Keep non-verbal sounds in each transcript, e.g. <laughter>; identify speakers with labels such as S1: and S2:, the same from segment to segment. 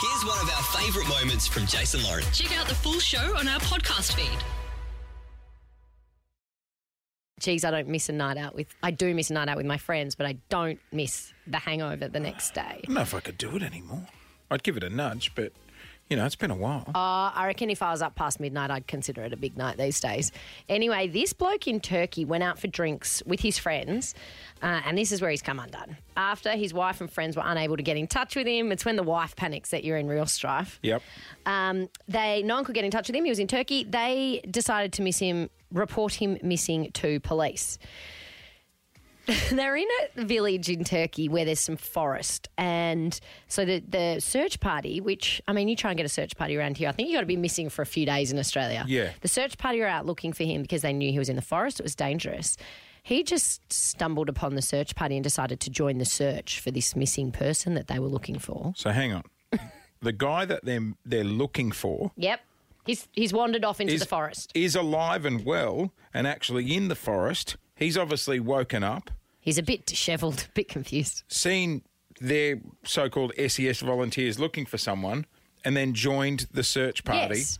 S1: Here's one of our favourite moments from Jason Lauren.
S2: Check out the full show on our podcast feed.
S3: Geez, I don't miss a night out with. I do miss a night out with my friends, but I don't miss the hangover the next day.
S4: don't know if I could do it anymore. I'd give it a nudge, but you know, it's been a while.
S3: Uh, I reckon if I was up past midnight, I'd consider it a big night these days. Anyway, this bloke in Turkey went out for drinks with his friends, uh, and this is where he's come undone. After his wife and friends were unable to get in touch with him, it's when the wife panics that you're in real strife.
S4: Yep.
S3: Um, they no one could get in touch with him. He was in Turkey. They decided to miss him, report him missing to police. <laughs> They're in a village in Turkey where there's some forest, and so the the search party, which I mean, you try and get a search party around here, I think you got to be missing for a few days in Australia.
S4: Yeah.
S3: the search party are out looking for him because they knew he was in the forest. It was dangerous. He just stumbled upon the search party and decided to join the search for this missing person that they were looking for.
S4: So
S3: <laughs>
S4: hang on. the guy that they're they're looking for
S3: Yep. He's he's wandered off into
S4: is
S3: the forest.
S4: is alive and well and actually in the forest. He's obviously woken up,
S3: He's a bit dishevelled, <laughs> a bit confused.
S4: seen their so-called SES volunteers looking for someone, and then joined the search party,
S3: Yes.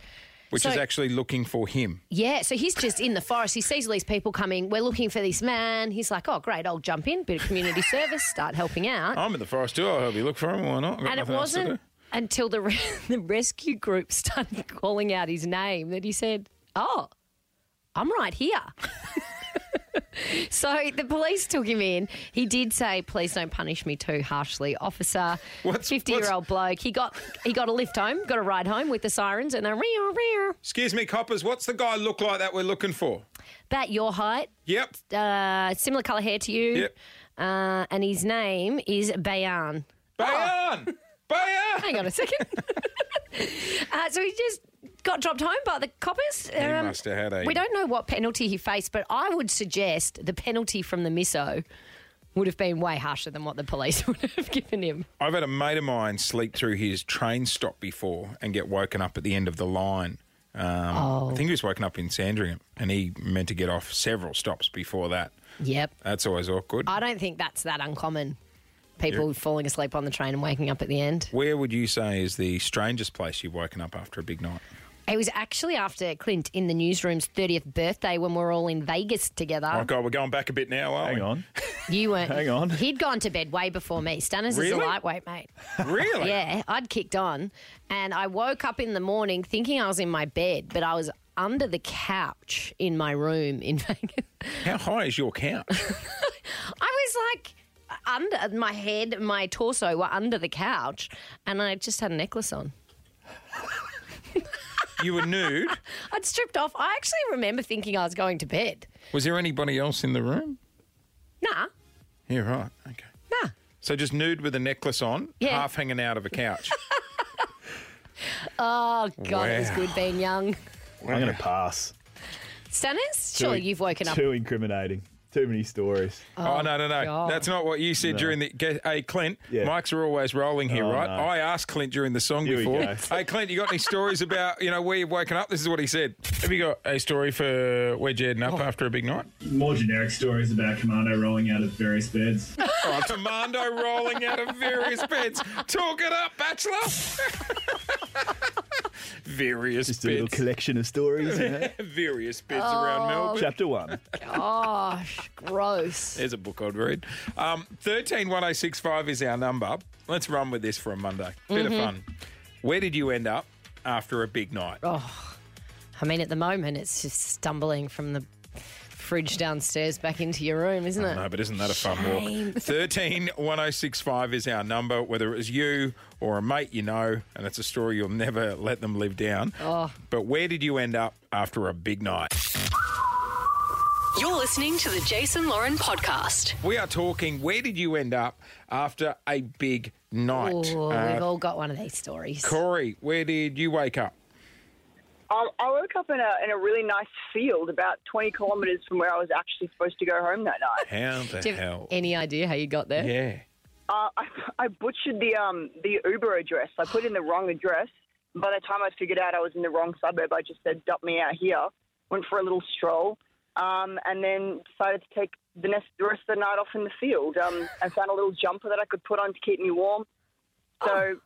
S4: which
S3: So-
S4: is actually looking for him.
S3: Yeah, so he's just in the forest. He sees all these people coming. We're looking for this man. He's like, oh, great, I'll jump in, bit of
S4: <laughs>
S3: community service, start helping out.
S4: I'm in the forest too. I'll help you look for him. Why not? I've got
S3: and it
S4: nothing else to do.
S3: wasn't until the, re- <laughs> the rescue group started calling out his name that he said, oh, I'm right here. <laughs> so the police took him in. He did say, please don't punish me too harshly, officer.
S4: What's-
S3: 50 year old bloke. He got, he got a lift home, got a ride home with the sirens, and they're rear, rear.
S4: Excuse me, coppers. What's the guy look like that we're looking for?
S3: About your height,
S4: Yep.
S3: uh, similar colour hair to you.
S4: Yep.
S3: Uh, and his name is Bayan.
S4: Bayan! Bayan!
S3: Hang on a second. <laughs> uh, so he just got dropped home by the coppers. He
S4: must have had a-
S3: We don't know what penalty he faced, but I would suggest the penalty from the miso would have been way harsher than what the police <laughs> would have given him.
S4: <laughs> I've had a mate of mine sleep through his train stop before and get woken up at the end of the line. Um, I
S3: Oh,
S4: think he was woken up in Sandringham and he meant to get off several stops before that.
S3: Yep.
S4: That's always awkward.
S3: I don't think that's that uncommon. People falling asleep on the train and waking up at the end.
S4: Where would you say is the strangest place you've woken up after a big night?
S3: It was actually after Clint in the newsroom's 30th birthday when we were all in Vegas together.
S4: oh, God, we're going back a bit now, aren't
S5: Hang
S4: we?
S5: on.
S3: You weren't.
S5: Hang on.
S3: He'd gone to bed way before me. Stunners is a
S4: Really?
S3: lightweight, mate.
S4: <laughs> Really?
S3: yeah, I'd kicked on. And I woke up in the morning thinking I was in my bed, but I was under the couch in my room in <laughs> Vegas.
S4: How high is your couch?
S3: I was like, under my head, my torso were under the couch, and I just had a necklace on.
S4: you were nude.
S3: I'd stripped off. I actually remember thinking I was going to bed.
S4: Was there anybody else in the room?
S3: Nah,
S4: Yeah, right. Okay.
S3: nah.
S4: So just nude with a necklace on,
S3: Yeah.
S4: half hanging out of a couch.
S3: Oh, God, it was
S4: Wow.
S3: good being young.
S5: I'm going to pass.
S3: Stunners, surely
S5: Too-
S3: you've woken up.
S5: Too incriminating. Too many stories.
S4: Oh, no, no, no. Oh,
S3: God.
S4: That's not what you said during the. Get, hey, Clint,
S5: Yeah.
S4: mics are always rolling here, right?
S5: no.
S4: I asked Clint during the song
S5: Here we
S4: before.
S5: go.
S4: <laughs> Hey, Clint, you got any stories about, you know, where you've woken up? This is what he said. Oh. Have you got a story for where you're heading up after a big night?
S6: More generic stories about Commando rolling out of various beds.
S4: Oh, commando rolling out of various beds. Talk it up, bachelor. <laughs> various
S5: Just a little
S4: beds.
S5: collection of stories. you
S3: <laughs>
S5: know?
S4: various beds around Melbourne.
S5: Chapter one.
S3: Gosh, gross.
S4: There's a book I'd read. Um, 131065 is our number. Let's run with this for a Monday. Bit of fun. Where did you end up after a big night?
S3: I mean, at the moment, it's just stumbling from the fridge downstairs back into your room, isn't it?
S4: No, but isn't that a fun walk? 131065 is our number, whether it was you or a mate you know, and it's a story you'll never let them live down. But where did you end up after a big night?
S2: You're listening to the Jason Lauren podcast.
S4: We are talking where did you end up after a big night?
S3: Ooh,
S4: Uh,
S3: we've all got one of these stories.
S4: Corey, where did you wake up?
S7: Um, I woke up in a, in a really nice field about 20 kilometres from where I was actually supposed to go home that
S4: <laughs>
S7: night.
S4: How the
S3: Do you have
S4: hell?
S3: any idea how you got there?
S4: yeah.
S7: Uh, I, I butchered the, um, the Uber address. I put in the wrong address. By the time I figured out I was in the wrong suburb, I just said, dump me out here. Went for a little stroll. Um, and then decided to take the, nest, the rest of the night off in the field. Um, I found a little jumper that I could put on to keep me warm. So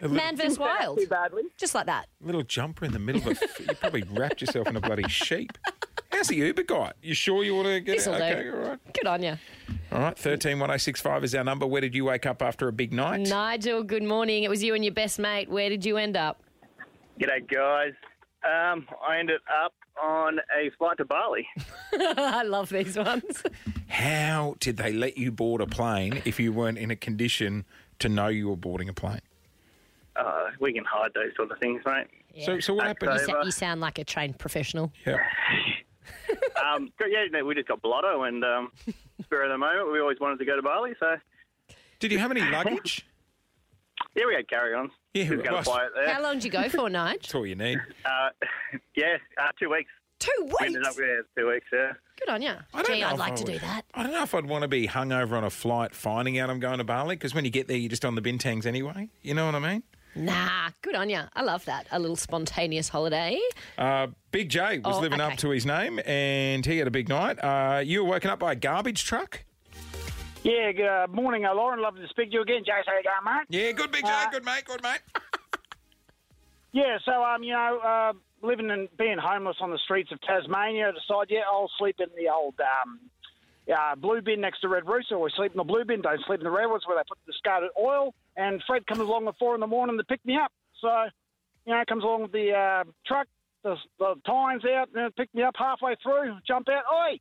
S3: Man versus
S7: Turned out
S3: wild.
S7: Too badly.
S3: Just like that.
S4: Little jumper in the middle of a. f- you probably wrapped yourself in a bloody sheep. How's the Uber guy? You sure you want to get
S3: This'll
S4: it?
S3: do.
S4: Okay, all right.
S3: Good on you.
S4: All right, 131065 is our number. Where did you wake up after a big night?
S3: Nigel, good morning. It was you and your best mate. Where did you end up? <laughs>
S8: G'day, guys. Um, I ended up on a flight to Bali.
S3: I love these <laughs> ones.
S4: How did they let you board a plane if you weren't in a condition to know you were boarding a plane?
S8: Uh, we can hide those sort of things, mate.
S4: So, so what happened?
S8: That's
S3: You, sa- you sound like a trained professional.
S4: Yeah.
S8: <laughs> Um, but yeah, no, we just got blotto and <laughs> um, spur of the moment. We always wanted to go to Bali, so
S4: Did you have any luggage?
S8: yeah, we had carry-ons.
S4: Yeah,
S8: just gonna
S4: right.
S8: fly it there.
S3: How long did you go for, Nigel?
S4: That's all you need.
S8: Uh, <laughs> yeah, uh, two weeks.
S3: Two
S8: We
S3: weeks.
S8: ended up yeah, two weeks. Yeah.
S3: Good on you.
S4: I don't
S3: Gee,
S4: know
S3: I'd
S4: if
S3: like
S4: I
S3: to
S4: would-
S3: do that.
S4: I don't know if I'd want to be hungover on a flight finding out I'm going to Bali because when you get there, you're just on the bintangs anyway. You know what I mean?
S3: Nah, good on you. I love that. A little spontaneous holiday.
S4: Uh, Big J was
S3: Oh,
S4: living
S3: okay.
S4: up to his name and he had a big night. Uh, you were woken up by a garbage truck?
S9: Yeah, good uh, morning, uh, Lauren. Lovely to speak to you again, Jace. How you going, mate?
S4: Yeah, good, Big J.
S3: Uh,
S4: Good, mate. Good, mate.
S9: Yeah, so, um, you know, uh, living and being homeless on the streets of Tasmania, I decided, yeah, I'll sleep in the old um, uh, blue bin next to Red Rooster. We sleep in the blue bin, don't sleep in the red ones where they put the discarded oil. And Fred comes along at four in the morning to pick me up. So, you know, comes along with the uh, truck, the, the time's out, and it picked me up halfway through. Jump out, oi!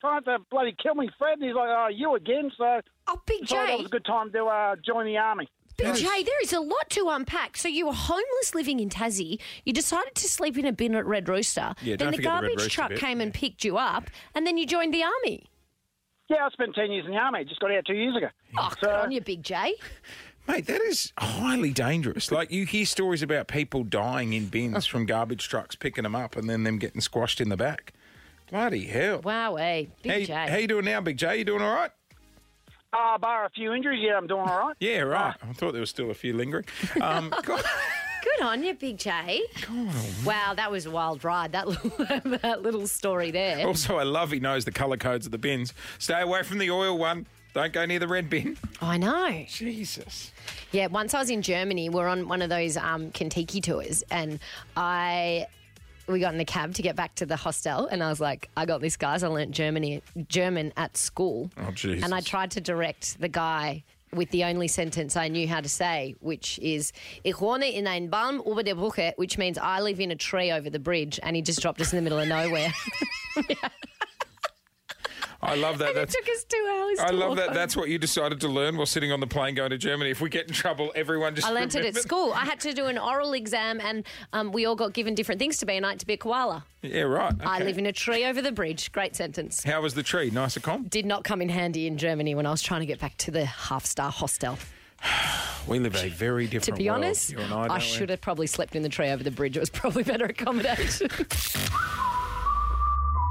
S9: Trying to bloody kill me, Fred. And he's like, oh, you again? So,
S3: Oh, Big
S9: decided
S3: J.
S9: that was a good time to uh, join the army.
S3: Big J, there is a lot to unpack. So you were homeless living in Tassie. You decided to sleep in a bin at Red Rooster.
S4: Yeah,
S3: then
S4: don't
S3: the
S4: forget the Red
S3: garbage
S4: Rooster
S3: truck
S4: bit,
S3: came and picked you up, and then you joined the army.
S9: Yeah, I spent 10 years in the army. Just got out two years ago.
S3: Oh, good on you, Big J.
S4: Mate, that is highly dangerous. Like you hear stories about people dying in bins from garbage trucks picking them up and then them getting squashed in the back. Bloody hell!
S3: Wow, hey, Big
S4: Hey,
S3: J.
S4: how you doing now, Big J? You doing all right?
S9: Ah, bar a few injuries. Yeah, I'm doing all right.
S4: Yeah, right. I thought there was still a few lingering. Um, <laughs> God,
S3: Good on you, Big J. Wow, that was a wild ride. That <laughs> little, that little story there.
S4: also, I love he knows the colour codes of the bins. Stay away from the oil one. Don't go near the red bin. <laughs>
S3: I know.
S4: Jesus.
S3: Yeah, once I was in Germany, we are on one of those um, Kentucky tours, and I we got in the cab to get back to the hostel, and I was like, I got this, guys. I learnt Germany German at school,
S4: Oh, Jesus.
S3: and I tried to direct the guy. With the only sentence I knew how to say, which is "Ich wohne in ein Baum über der Brücke," which means I live in a tree over the bridge, and he just dropped us in the middle of nowhere.
S4: I love <laughs> that.
S3: it
S4: That's.
S3: took us two hours.
S4: I
S3: to
S4: love
S3: walk
S4: that.
S3: home.
S4: That's what you decided to learn while sitting on the plane going to Germany. If we get in trouble, everyone just.
S3: I learnt it
S4: <laughs>
S3: at
S4: remember-
S3: school. I had to do an oral exam, and um, we all got given different things to be, and I had to be a koala.
S4: Yeah, right.
S3: I
S4: okay.
S3: live in a tree over the bridge. Great sentence.
S4: How was the tree? Nice and calm.
S3: Did not come in handy in Germany when I was trying to get back to the half star hostel.
S4: We live a very
S3: To
S4: different
S3: be
S4: world,
S3: honest,
S4: you and
S3: I,
S4: I, don't we?
S3: should have probably slept in the tree over the bridge. It was probably better accommodation.